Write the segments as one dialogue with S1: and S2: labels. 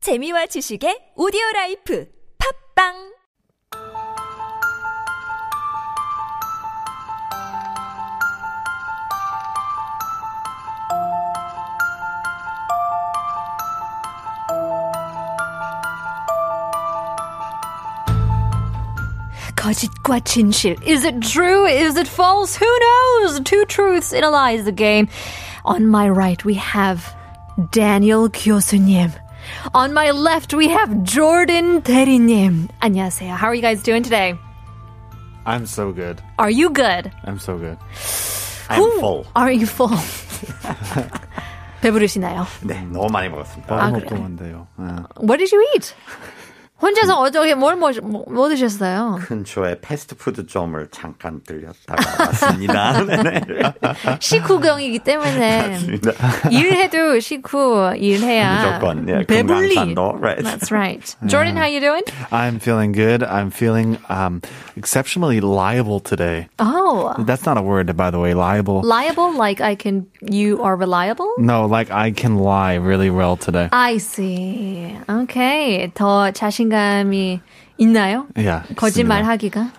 S1: 재미와 지식의 오디오 라이프 팝빵
S2: 거짓과 진실. Is it true? Is it false? Who knows? Two truths in a lie is the game. On my right, we have Daniel 교수님. On my left, we have Jordan 대리님. 안녕하세요. How are you guys doing today?
S3: I'm so good.
S2: Are you good?
S3: I'm so good.
S2: Who-
S4: I'm full.
S2: Are you full? 배부르시나요?
S4: 네, 너무 많이 먹었습니다.
S3: 너무
S2: 그래요?
S3: 먹던데요.
S2: What did you eat? 혼자서 어저께 뭘 먹, 뭐, 뭐 드셨어요?
S4: 근처에 패스트푸드점을 잠깐 들렸다가 왔습니다. 네네.
S2: 식후경이기 때문에
S4: 맞습니다.
S2: 일해도 식후 일해야
S4: 무조건 예,
S2: 배불리.
S4: 금강산도, right.
S2: That's right. Jordan, how you doing?
S3: I'm feeling good. I'm feeling um, exceptionally liable today.
S2: Oh,
S3: That's not a word, by the way. Liable.
S2: liable. Like I can. You are reliable.
S3: No, like I can lie really well today.
S2: I see. Okay. 더 자신감이 있나요?
S3: Yeah,
S2: 거짓말하기가.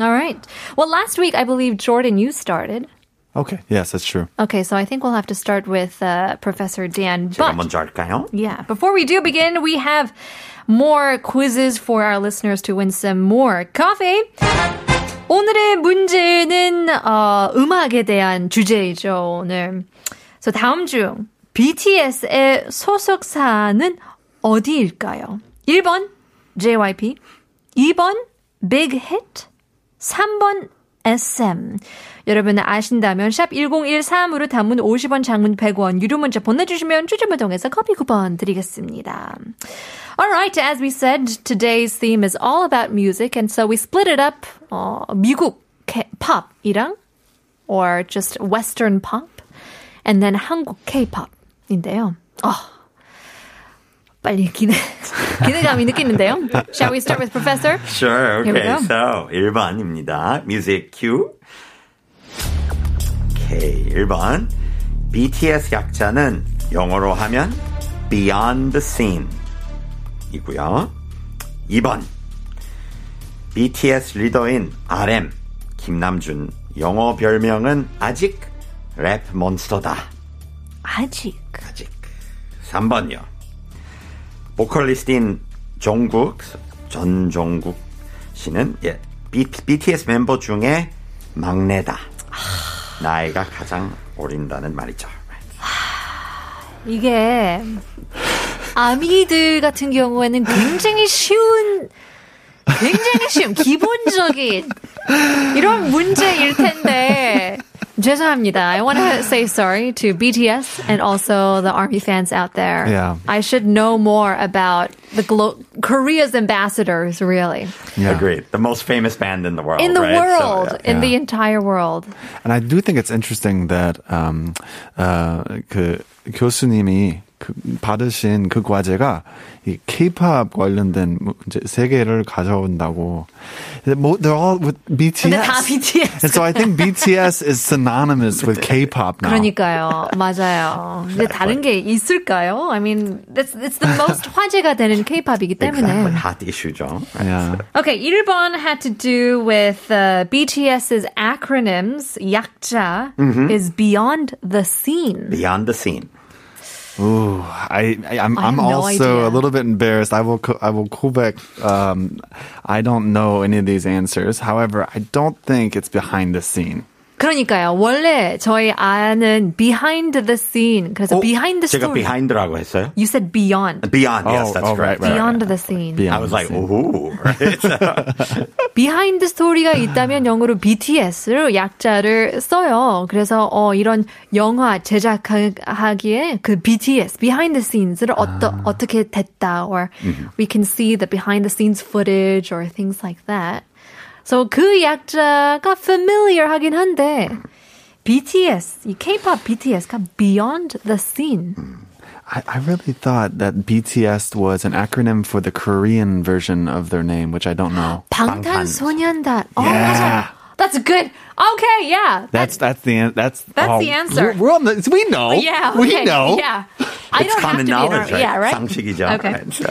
S2: All right. Well, last week I believe Jordan, you started.
S4: Ah.
S3: Okay. Yes, that's true.
S2: Okay, so I think we'll have to start with uh, Professor Dan.
S4: 제가
S2: But
S4: 먼저 할까요?
S2: Yeah. Before we do begin, we have more quizzes for our listeners to win some more coffee. 오늘의 문제는 어, 음악에 대한 주제이죠. 오늘. So 다음 중 BTS의 소속사는 어디일까요? 1번 JYP, 2번 Big Hit, 3번 SM. 여러분 아신다면 샵 1013으로 단문 50원, 장문 100원, 유료 문자 보내주시면 추첨을 통해서 커피 쿠폰 드리겠습니다. Alright, as we said, today's theme is all about music, and so we split it up, 어, 미국 K- 팝이랑 or just Western pop, and then 한국 K-pop인데요. 어, 빨리 기대, 기대감이 느끼는데요. Shall we start with Professor?
S4: Sure,
S2: Here we
S4: okay.
S2: go.
S4: So, 1번입니다. 뮤직 큐. 오케이, 1번. BTS 약자는 영어로 하면 Beyond the Scene 이고요. 2번. BTS 리더인 RM 김남준 영어 별명은 아직 랩 몬스터다.
S2: 아직.
S4: 아직. 3번요. 보컬리스트인 종국, 전 종국 씨는 예, B, BTS 멤버 중에 막내다. 나이가 가장 어린다는 말이죠.
S2: 이게 아미들 같은 경우에는 굉장히 쉬운 굉장히 쉬운 기본적인 이런 문제일 텐데 죄송합니다. I want to say sorry to BTS and also the army fans out there.
S3: Yeah.
S2: I should know more about the glo- Korea's ambassadors really
S3: Yeah.
S4: Agreed. The most famous band in the world.
S2: in the
S4: right? So,
S2: world,
S4: yeah.
S2: in the entire world.
S3: And I do think it's interesting that um, uh, 그 교수님이 그 받으신 그 과제가 이 K-pop 관련된 문제 세 개를 가져온다고. 뭐, They're all with BTS.
S2: 근데 다 BTS.
S3: And so I think BTS is synonymous with K-pop now.
S2: 그러니까요, 맞아요. 근데 다른 게 있을까요? I mean, it's it's the most 화제가 되는 K-pop이기
S4: Exactly.
S2: 때문에.
S4: Hot issue죠.
S3: Yeah.
S2: Okay, 1번 had to do with uh, BTS's acronyms. 약자 is beyond the scene.
S4: Beyond the scene.
S3: Ooh, I, I I'm,
S2: I have
S3: I'm
S2: no
S3: also
S2: idea.
S3: a little bit embarrassed. I will co- I will call back. Um, I don't know any of these answers. However, I don't think it's behind the scene.
S2: 그러니까요, 원래 저희 아는 behind the scene. 그래서
S4: 어,
S2: behind the
S4: 제가
S2: story.
S4: behind라고 아, 네, 했어요?
S2: You said beyond.
S4: Beyond. yes,
S3: Oh,
S4: that's
S3: oh,
S4: correct.
S3: right, right.
S2: Beyond the scene.
S3: Beyond
S4: I was
S3: the
S4: like,
S3: scene.
S4: ooh. Right?
S2: 비하인드 스토리가 있다면 영어로 BTS로 약자를 써요. 그래서 어, 이런 영화 제작하기에 그 BTS behind the scenes를 어떠, 어떻게 됐다 or we can see the behind the scenes footage or things like that. So 그 약자가 familiar 하긴 한데 BTS 이 K-pop BTS가 beyond the scene.
S3: I, I really thought that BTS was an acronym for the Korean version of their name, which I don't know.
S2: 방탄소년단. 어, 맞아.
S3: Yeah.
S2: That's that's good. Okay, yeah.
S3: That's that's the an- that's
S2: That's the answer.
S3: We're, we're on the we know.
S2: yeah.
S3: we
S2: okay,
S3: know.
S2: Yeah. I
S4: Oh,
S2: don't have
S4: It's
S2: to
S4: common
S2: be
S4: knowledge,
S2: knowledge,
S4: right?
S2: Yeah, right?
S4: 상식이죠.
S2: Okay.
S4: Right. So,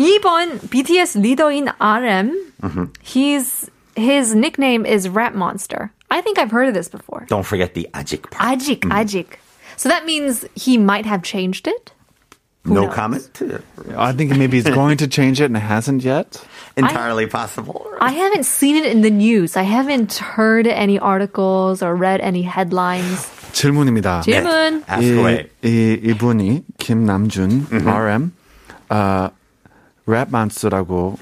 S2: 2번 BTS 리더인 RM.
S4: Mm-hmm.
S2: He's his nickname is Rap Monster. I think I've heard of this before.
S4: don't Mm-hmm. forget the ajik part.
S2: 아직 아직. So that means he might have changed it.
S4: no
S2: knows?
S4: comment.
S3: I think maybe he's going to change it and hasn't yet.
S4: Entirely possible.
S2: I haven't seen it in the news. I haven't heard any articles or read any headlines. 네.
S3: 질문입니다.
S2: 질문.
S4: Ask
S3: 예.
S4: away.
S3: 이, 이, 이분이 김남준 RM 아, 랩만스라고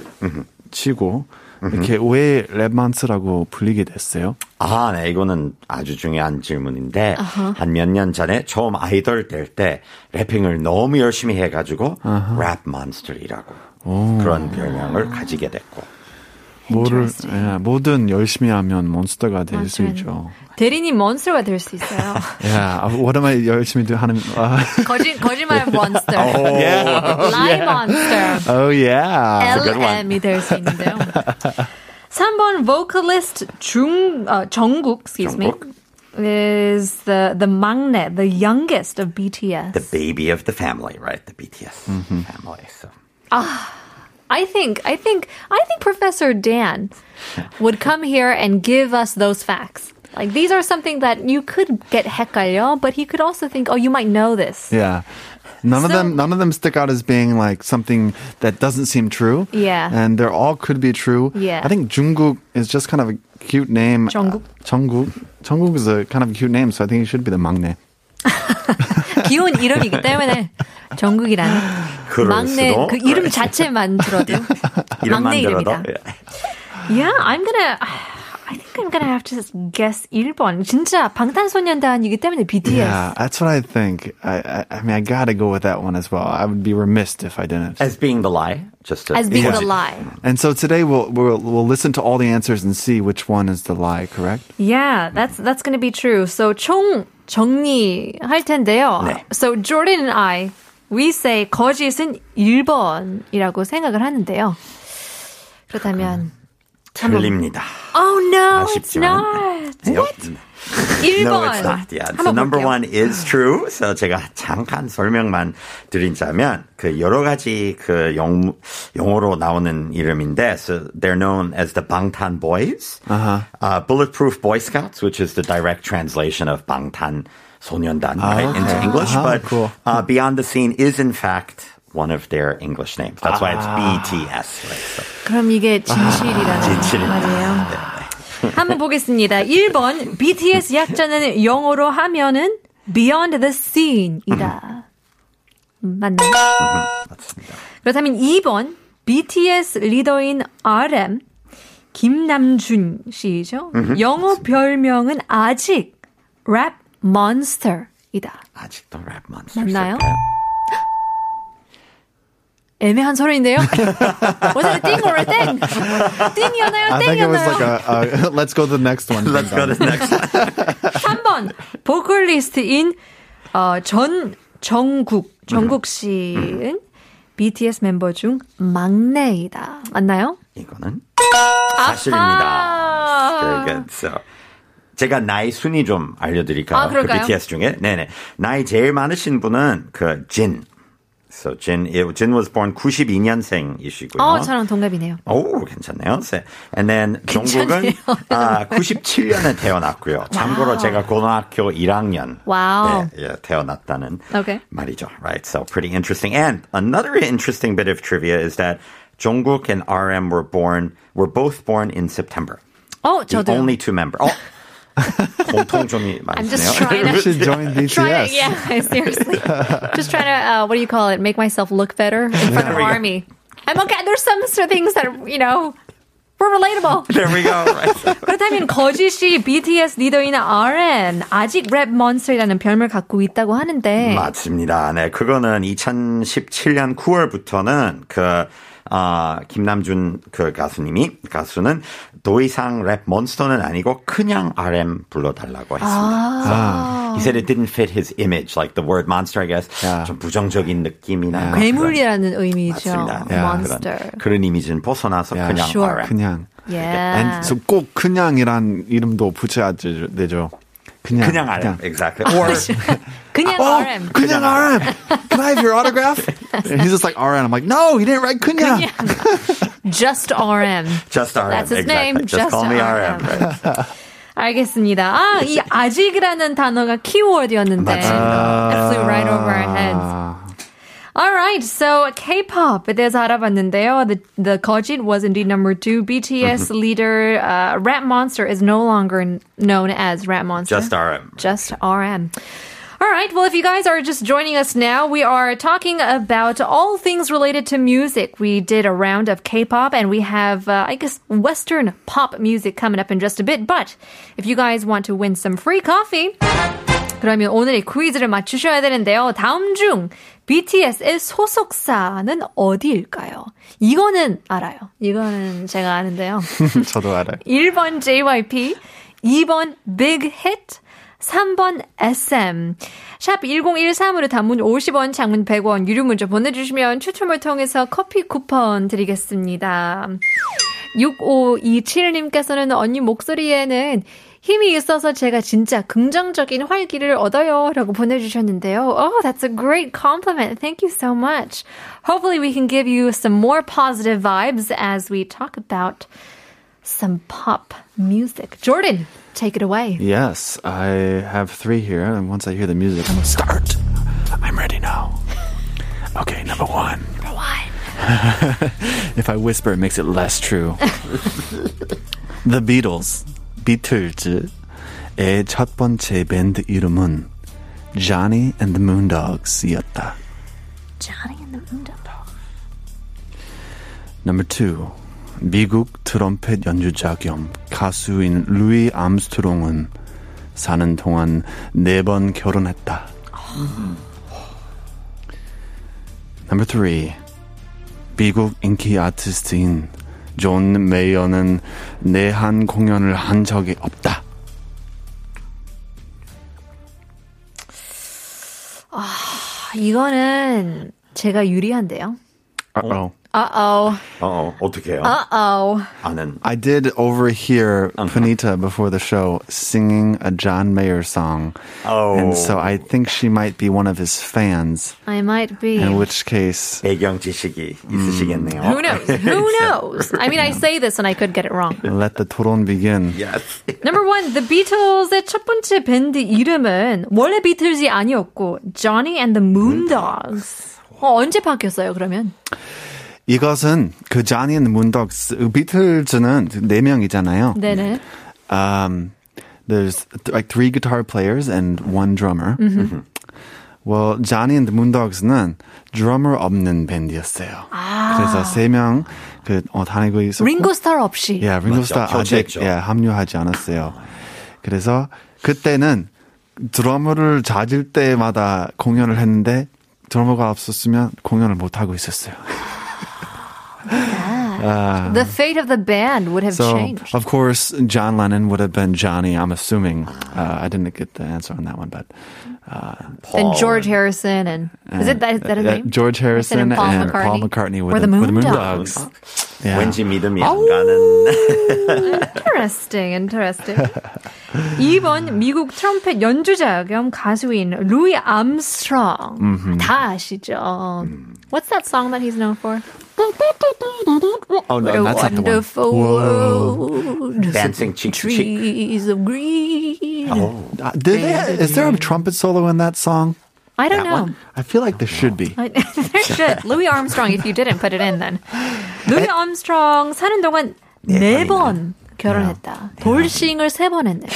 S3: 치고 이렇게 왜 랩만스라고 불리게 됐어요?
S4: 아, 네, 이거는 아주 중요한 질문인데, 한 몇 년 전에 처음 아이돌 될 때, 래핑을 너무 열심히 해가지고, 랩 몬스터이라고 그런 별명을 가지게 됐고.
S3: 뭐를 예, 뭐든 열심히 하면 몬스터가 될 수 있죠.
S2: 대리님 몬스터가 될 수 있어요.
S3: 야, 아, 오랜만에 열심히 하는. 아,
S2: 거짓 거짓말 몬스터, lie 몬스터,
S3: oh yeah.
S4: good one.
S2: LM이 될 수 있는데요. 3번 vocalist 중 어, 정국, excuse me,
S4: 정국.
S2: is the the 막내, the youngest of BTS.
S4: The baby of the family, right? The BTS family. So.
S2: I think I think I think Professor Dan would come here and give us those facts. Like these are something that you could get heckayo, but he could also think, oh, you might know this.
S3: Yeah. None of
S2: So-
S3: them none of them stick out as being like something that doesn't seem true.
S2: Yeah.
S3: And they're all could be true.
S2: Yeah.
S3: I think Jungkook is just kind of a cute name.
S2: 정국?
S3: Uh, 정국. 정국 is a kind of a cute name, so I think he should be the 막내.
S2: 귀여운 이름이기 때문에 정국이라는
S4: 그럴
S2: 막내
S4: 수도.
S2: 그 이름 자체만 들어도
S4: 이름만
S2: 막내
S4: 들어도.
S2: 이름이다. Yeah, I'm gonna. I think I'm gonna have to guess 1번. 진짜 방탄소년단이기 때문에 BTS.
S3: Yeah, that's what I think. I, I I mean I gotta go with that one as well. I would be remiss if I didn't.
S4: As being the lie, just to,
S2: As being
S4: Yeah.
S2: the lie.
S3: And so today we'll, we'll we'll listen to all the answers and see which one is the lie, correct?
S2: Yeah, that's that's gonna be true. So 총 정리할 텐데요.
S4: 네.
S2: So Jordan and I, we say 거짓은 1번이라고 생각을 하는데요. 그렇다면
S4: 틀립니다.
S2: Oh no, it's
S4: 아쉽지만. 네,
S2: not.
S4: What?
S2: 1번.
S4: No, it's not. Yeah. So
S2: 한번
S4: number
S2: 볼게요.
S4: one is true. So 제가 잠깐 설명만 드린다면 그 여러 가지 그 영, 영어로 나오는 이름인데, so they're known as the Bangtan Boys, uh-huh. Bulletproof Boy Scouts, which is the direct translation of Bangtan 소년단 right,
S2: Ah,
S4: into English.
S2: Uh-huh,
S4: But
S3: cool.
S4: uh, Beyond the Scene is in fact one of their English names. That's why
S2: Ah.
S4: it's BTS. Right? So
S2: 그럼 이게 진실이라는
S4: 아, 진실입니다.
S2: 말이에요.
S4: 네.
S2: 한번 보겠습니다. 1번 BTS 약자는 영어로 하면은 Beyond the Scene이다. 맞나요?
S4: 맞습니다.
S2: 그렇다면 2번 BTS 리더인 RM 김남준 씨죠. 영어 별명은 아직 랩 몬스터이다.
S4: 아직도 랩 몬스터.
S2: 맞나요? 애매한 소리인데요. Was it a thing or a thing? 띵이었나요?
S3: I think it was like
S2: 땡이었나요?
S3: a, a let's go to the next one.
S4: Let's go to the next one.
S2: 3번 보컬리스트인 어, 전 정국
S4: 음.
S2: 정국 씨는 BTS 멤버 중 막내이다. 맞나요?
S4: 이거는 사실입니다. Very good. So, 제가 나이 순위 좀 알려드릴까요?
S2: 아, 그럴까요?
S4: 그 BTS 중에 네네 나이 제일 많으신 분은 그 진. So Jin, it- Jin was born 92년생이시고요.
S2: 어, 저랑 동갑이네요.
S4: 오, 괜찮네요. 세- And then 종국은 아, 97년에 태어났고요. 참고로 제가 고등학교 1학년
S2: 와우.
S4: 때 예, 태어났다는
S2: Okay.
S4: 말이죠. Right. So pretty interesting. And another interesting bit of trivia is that 종국 and RM were born were both born in September.
S2: 어,
S4: The
S2: 저도.
S4: only two member. 어? 공통점이
S2: I'm just
S4: 많으네요.
S2: trying
S3: We
S2: to.
S3: should join
S2: Try
S3: BTS.
S2: to, yeah, seriously. Just trying to, uh, what do you call it? Make myself look better in front of
S4: we go.
S2: army. I'm okay. There's some sort of things that are, you know, we're relatable.
S4: There we go. Right.
S2: 그렇다면 거짓이 BTS 리더인 RM 아직 랩 몬스터라는 별명을 갖고 있다고 하는데
S4: 맞습니다. 네, 그거는 2017년 9월부터는 그 아, 김남준 그 가수님이 가수는 더 이상 랩 몬스터는 아니고 그냥 RM 불러달라고 했습니다.
S2: 아.
S4: So He said it didn't fit his image, like the word monster, I guess. 좀 부정적인 느낌이나 그런-
S2: 괴물이라는 의미죠.
S4: 맞습니다. 네,
S2: 몬스터.
S4: 그런, 그런 이미지는 벗어나서 그냥
S2: Sure. Ah.
S4: RM.
S3: 그냥
S2: 예.
S3: And so 꼭 그냥이란 이름도 붙여야 되- 되죠. 그냥.
S4: 그냥 RM. Exactly. Or
S2: 그냥
S3: Oh,
S2: RM.
S3: 그냥 RM. Can I have your autograph? And he's just like RM. I'm like, no, you didn't write 그냥.
S2: Just RM.
S4: just RM.
S2: That's his
S4: exactly.
S2: name, just
S4: Just, call me
S2: RM.
S4: RM. Right.
S2: 알겠습니다. 아, 이 아직이라는 단어가 키워드였는데. It flew right over our heads. Alright, so K-pop 에 대해서 알아봤는데요. The, the 거짓 was indeed number two.
S4: Mm-hmm.
S2: BTS leader uh, Rat Monster is no longer n- known as Rat Monster.
S4: Just RM.
S2: Just RM. All right. Well, if you guys are just joining us now, we are talking about all things related to music. We did a round of K-pop, and we have, uh, I guess, Western pop music coming up in just a bit. But if you guys want to win some free coffee, 그러면 오늘의 퀴즈를 맞추셔야 되는데요. 다음 중 BTS의 소속사는 어디일까요? 이거는 알아요. 이거는 제가 아는데요.
S3: 저도 알아요.
S2: 1번 JYP, 2번 Big Hit, 3번 SM. 샵 1013으로 단문 50원, 장문 100원, 유료 문자 보내주시면 추첨을 통해서 커피 쿠폰 드리겠습니다. 6527님께서는 언니 목소리에는 힘이 있어서 제가 진짜 긍정적인 활기를 얻어요. 라고 보내주셨는데요. Oh, that's a great compliment. Thank you so much. Hopefully we can give you some more positive vibes as we talk about some pop music. Jordan, take it away.
S3: Yes, I have three here, and once I hear the music, I'm like, start. I'm ready now. Okay, number one. Number one. if I whisper, it makes it less true. the Beatles, 비틀즈의 첫 번째 밴드 이름은 Johnny and the Moondogs이었다.
S2: Johnny and the Moondog.
S3: Number two, 미국 트럼펫 연주자 겸 가수인 루이 암스트롱은 사는 동안 네 번 결혼했다. Number three, 미국 인기 아티스트인 존 메이어는 내한 공연을 한 적이 없다.
S2: 이거는 제가 유리한데요.
S3: Uh-oh.
S2: Uh-oh.
S4: 어, 어떡해요?
S2: Uh-oh.
S4: 아는
S3: I did overhear Panita before the show singing a John Mayer song.
S4: Oh.
S3: And so I think she might be one of his fans.
S2: I might be.
S3: In which case,
S4: 배경 지식이 있으시겠네요.
S2: Who knows? Who knows? I mean, I say this and I could get it wrong.
S3: let the 토론 begin.
S4: Yes.
S2: Number one, The Beatles의 첫 번째 밴드 이름은 원래 비틀즈이 아니었고 Johnny and the Moondogs. 어, 언제 바뀌었어요, 그러면?
S3: 이것은 그 Johnny and the Moondogs, 그 비틀즈는 네 명이잖아요.
S2: 네네.
S3: Um, there's th- like three guitar players and one drummer. Well, Johnny and the Moondogs는 drummer 없는 밴드였어요.
S2: 아.
S3: 그래서 세명그 어, 다니고 있었고
S2: 링고 스타일 없이.
S3: 예, 링고스타
S4: 맞죠.
S3: 아직
S4: 교체했죠.
S3: 예, 합류하지 않았어요. 그래서 그때는 드러머를 찾을 때마다 공연을 했는데 드러머가 없었으면 공연을 못 하고 있었어요.
S2: The fate of the band would have
S3: So
S2: changed.
S3: of course John Lennon would have been Johnny. I'm assuming uh, I didn't get the answer on that one, but
S2: and
S4: Paul
S2: George Harrison and is it that, is that his
S3: uh,
S2: name?
S3: George Harrison
S2: and Paul
S3: and
S2: McCartney,
S3: Paul McCartney with
S2: were the
S3: the- with the
S2: Moondogs.
S3: Moondogs. Yeah.
S4: 왠지 믿음이 안 가는
S2: Interesting, interesting. 2번 미국 트럼펫 연주자 겸 가수인 루이 암스트롱 다 아시죠? What's that song that he's known for?
S3: Oh no, that's not the one.
S2: wonderful world,
S4: dancing cheek to cheek.
S2: trees of green.
S4: Oh.
S3: Uh, did they, is there a trumpet solo in that song?
S2: I don't
S4: that
S2: know.
S4: one?
S3: I feel like there should be.
S2: I- there should. Louis Armstrong, if you didn't put it in then.
S4: 네.
S2: Louis Armstrong 사는 동안 네 번
S4: 네,
S2: 결혼했다. 돌싱을 세 번 했네.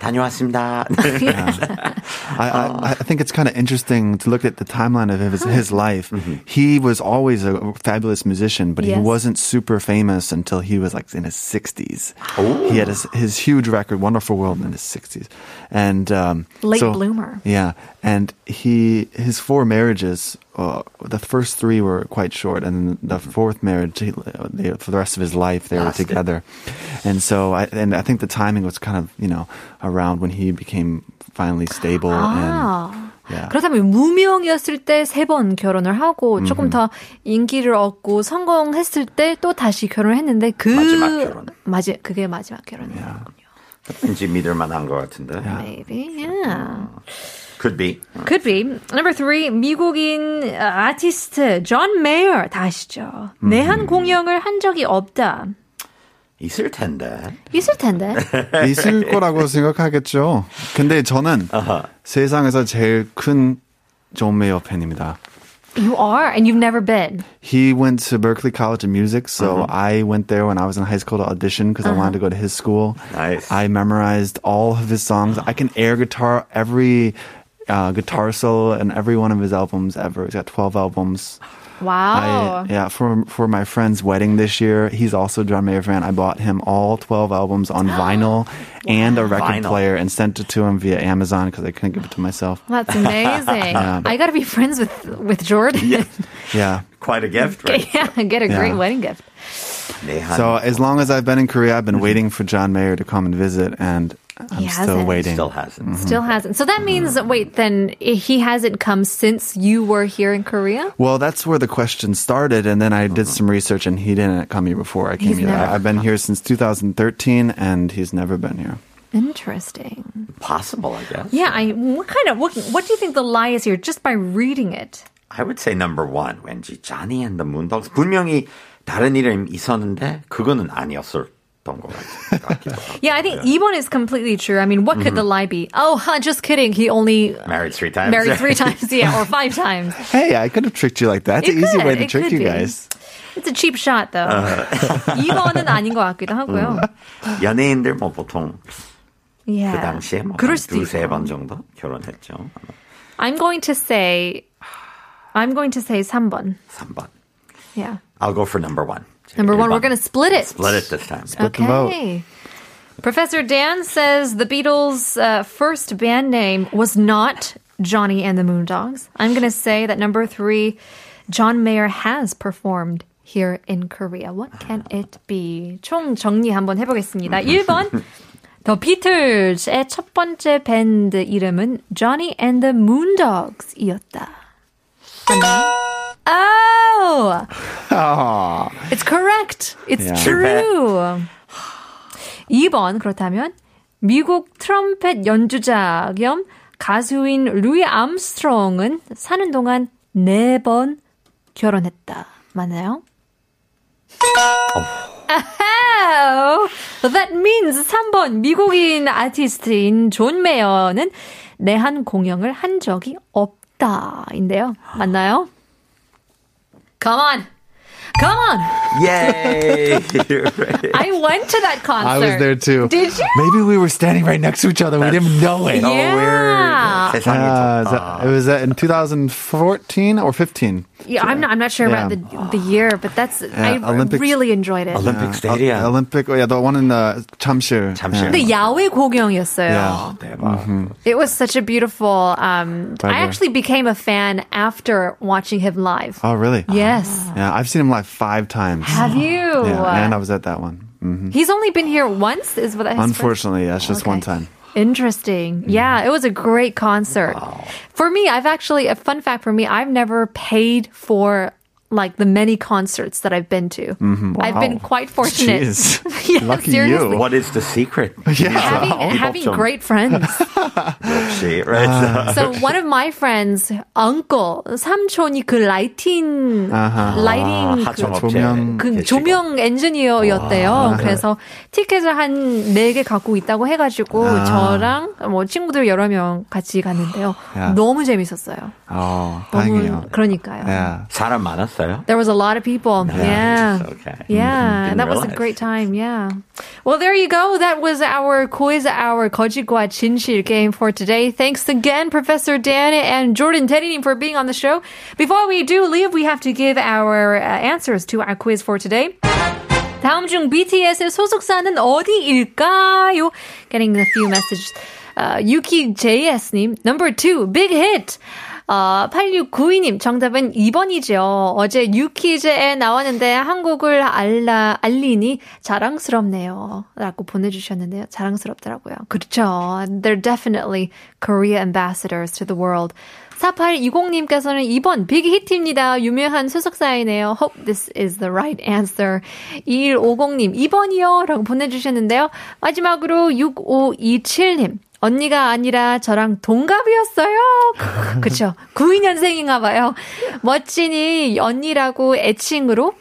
S4: 다녀왔습니다. 네.
S3: I, I, I think it's kind of interesting to look at the timeline of his, his life. He was always a fabulous musician, but he
S2: Mm-hmm. Yes.
S3: wasn't super famous until he was like in his 60s. He had
S2: Oh.
S3: his, his huge record, Wonderful World, in his 60s. And um,
S2: Late bloomer.
S3: Yeah. And he his four marriages, uh, the first three were quite short, and the
S2: Mm-hmm.
S3: fourth marriage, he, they, for the rest of his life, they
S4: Lasted.
S3: were together. And so, I, and I think the timing was kind of you know around when he became finally stable
S2: Ah.
S3: and
S4: 네.
S3: Yeah.
S2: 그렇다면 무명이었을 때 세 번 결혼을 하고
S4: 음.
S2: 조금 더 인기를 얻고 성공했을 때 또 다시 결혼을 했는데 그
S4: 마지막 결혼.
S2: 맞이, 그게 마지막 결혼이었군요.
S4: 왠지 믿을 만한 것 같은데. 네.
S2: Maybe. Yeah.
S4: Could be.
S2: Could be. Number three, 미국인 아, 아티스트 존 메이어 다 아시죠?
S4: 음.
S2: 내한 공연을 한 적이 없다.
S4: 있을 텐데.
S2: 있을 텐데.
S3: 있을 거라고 생각하겠죠. 근데 저는 세상에서 제일 큰존 메이어 팬입니다.
S2: You are, and you've never been.
S3: He went to Berkeley College of Music, so I went there when I was in high school to audition because I wanted to go to his school.
S4: Nice.
S3: I memorized all of his songs. I can air guitar every uh, guitar solo and every one of his albums ever. He's got 12 albums.
S2: Wow.
S3: I, yeah, for for my friend's wedding this year, he's also a John Mayer fan. I bought him all 12 albums on vinyl and a record
S4: Vinyl.
S3: player and sent it to him via Amazon because I couldn't give it to myself.
S2: That's amazing. I gotta be friends with with Jordan. Yeah,
S3: Yeah.
S4: Quite a gift, right? 네,
S2: get a great
S3: Yeah.
S2: wedding gift. 음,
S4: Nehan.
S3: So as long as I've been in Korea, I've been waiting for John Mayer to come and visit, and I'm
S2: Mm-hmm. He
S3: still
S2: hasn't.
S3: waiting.
S4: still hasn't.
S2: Still hasn't. So that means wait, then eh, he hasn't come since you were here in Korea.
S3: Well, that's where the question started, and then I did some research, and he didn't come here before I
S2: Mm-hmm. He's
S3: came here.
S2: never
S3: I've been here since 2013, and he's never been here.
S2: Interesting.
S4: Possible, I guess.
S2: Yeah. I. What kind of what? What do you think the lie is here? Just by reading it.
S4: I would say number one. 왠지 Johnny and the Moondogs. 분명히 다른 이름 있었는데 그거는 아니었을 것 같아요.
S2: Yeah, I think Ebon is completely true. I mean, what could the lie be? Oh, huh, just kidding. He only
S4: Married three times.
S2: married three times, yeah, or five times.
S3: Hey, I could have tricked you like that. That's
S2: It
S3: an easy
S2: could,
S3: way to
S2: it
S3: trick
S2: could be.
S3: you guys.
S2: It's a cheap shot, though.
S4: Uh-huh.
S2: 이거는 아닌 것 같기도 하고요.
S4: 연예인들 뭐 보통
S2: Yeah.
S4: 그 당시에 뭐
S2: 아, 그럴 수도
S4: 두세
S2: 있고.
S4: 번 정도 결혼했죠. 아마
S2: I'm going to say, I'm going to say 3번.
S4: 3번.
S2: Yeah.
S4: I'll go for number one.
S2: Number one, we're
S4: 1번.
S2: going to split it.
S4: split it this time.
S3: Split the vote.
S2: Okay. Professor Dan says the Beatles' uh, first band name was not Johnny and the Moondogs. I'm going to say that number three, John Mayer has performed here in Korea. What can it be? 총 정리 한번 해보겠습니다. 1번. The Beatles의 첫 번째 밴드 이름은 Johnny and the Moondogs이었다. Oh,
S3: Aw.
S2: it's correct. It's
S3: Yeah.
S2: true. 2번 그렇다면 미국 트럼펫 연주자 겸 가수인 루이 암스트롱은 사는 동안 4번 결혼했다. 맞나요? 아하! That means 3번 미국인 아티스트인 존 메어는 내한 공연을 한 적이 없다인데요. 맞나요? Come on. Come on.
S4: Yay!
S2: I went to that concert.
S3: I was there too.
S2: Did you?
S3: Maybe we were standing right next to each other. We didn't know
S4: Oh,
S3: it.
S2: Yeah.
S4: 세상이
S3: Uh,
S4: 좋다.
S3: so- it was uh, in 2014 or 15.
S2: Yeah, I'm not. I'm not sure about
S3: Yeah.
S2: the the year, but that's. I
S3: Olympics-
S2: really enjoyed it.
S4: Olympic Stadium.
S3: Uh, Olympic. Oh yeah, the one in uh, Chamshir.
S4: Chamshir.
S2: 근데 야외 공연이었어요.
S3: Yeah.
S4: 대박.
S3: mm-hmm.
S2: It was such a beautiful. Um, I
S3: Vibe.
S2: actually became a fan after watching him live.
S3: Oh really?
S2: yes.
S3: Yeah, I've seen him live five times.
S2: Have you?
S3: Yeah, and I was at that one. Mm.
S2: He's only been here once, is what I.
S3: Unfortunately, that's just one
S2: Okay.
S3: time. Mm.
S2: Interesting. Yeah, it was a great concert. For me, I've actually a fun fact for me, I've never paid for like the many concerts that I've been to. I've been
S3: Mm-hmm. Wow.
S2: quite fortunate.
S3: Jeez.
S2: Yeah,
S3: Lucky
S2: seriously.
S3: you.
S4: What is the secret?
S3: Yeah.
S2: Having, having great friends.
S4: 역시, right?
S2: So one of my friends, uncle, 삼촌이 그 라이팅,
S3: 아,
S2: 라이팅 그
S4: Ah, 하청업체.
S3: 조명-
S2: 그
S4: 계시고.
S2: 조명 엔지니어였대요. 그래서 티켓을 한 네 개 갖고 있다고 해가지고
S3: 아.
S2: 저랑 뭐 친구들 여러 명 같이 갔는데요.
S3: 야.
S2: 너무 재밌었어요.
S3: Oh,
S2: 너무
S3: 다행이에요. 네.
S2: 그러니까요.
S3: Yeah.
S4: 사람 많았어요?
S2: There was a lot of people. Yeah.
S4: Yeah, okay.
S2: Yeah,
S4: Didn't
S2: that was a
S4: realize.
S2: great time. Yeah. Well, there you go. That was our quiz hour 거짓과 진실 game for today. Thanks again, Professor Dan and Jordan Teddy for being on the show. Before we do leave, we have to give our uh, answers to our quiz for today. 다음 중 BTS의 소속사는 어디일까요? 아, Getting a few messages. Uh, Yuki JS님, number two, big hit. 어, 8692님 정답은 2번이죠. 어제 유퀴즈에 나왔는데 한국을 알라, 알리니 자랑스럽네요. 라고 보내주셨는데요. 자랑스럽더라고요. 그렇죠. They're definitely Korea ambassadors to the world. 4820님께서는 2번 빅히트입니다. 유명한 수석사이네요. Hope this is the right answer. 2150님 2번이요. 라고 보내주셨는데요. 마지막으로 6527님. 언니가 아니라 저랑 동갑이었어요. 그쵸. 92년생인가 봐요. 멋지니 언니라고 애칭으로,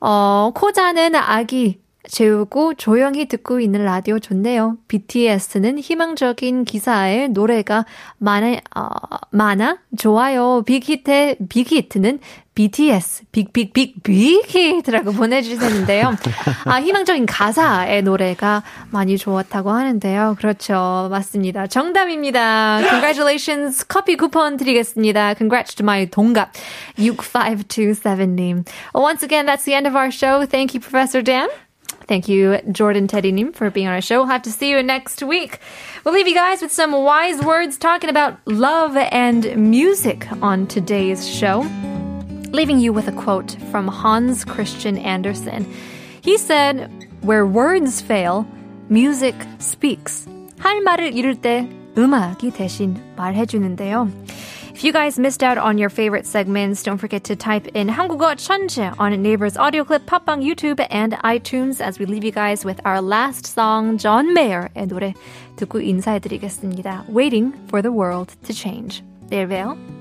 S2: 어, 코자는 아기, 재우고 조용히 듣고 있는 라디오 좋네요. BTS는 희망적인 기사에 노래가 많아, 어, 많아? 좋아요. 빅히트의 빅히트는 BTS, 빅빅빅 빅히트라고 보내주셨는데요. 아, 희망적인 가사의 노래가 많이 좋았다고 하는데요. 그렇죠. 맞습니다. 정답입니다. Congratulations. 커피 쿠폰 드리겠습니다. Congrats to my 동갑. 6527님. Oh, Once again, that's the end of our show. Thank you, Professor Dan. Thank you, Jordan Teddy Nim, for being on our show. We'll have to see you next week. We'll leave you guys with some wise words talking about love and music on today's show. Leaving you with a quote from Hans Christian Andersen. He said, Where words fail, music speaks. 할 말을 잃을 때 음악이 대신 말해주는데요. If you guys missed out on your favorite segments, don't forget to type in 한국어 천재 on Neighbor's audio clip, 팟빵, YouTube, and iTunes as we leave you guys with our last song, John Mayer의 노래 듣고 인사해드리겠습니다. Waiting for the world to change. 내일 봬요.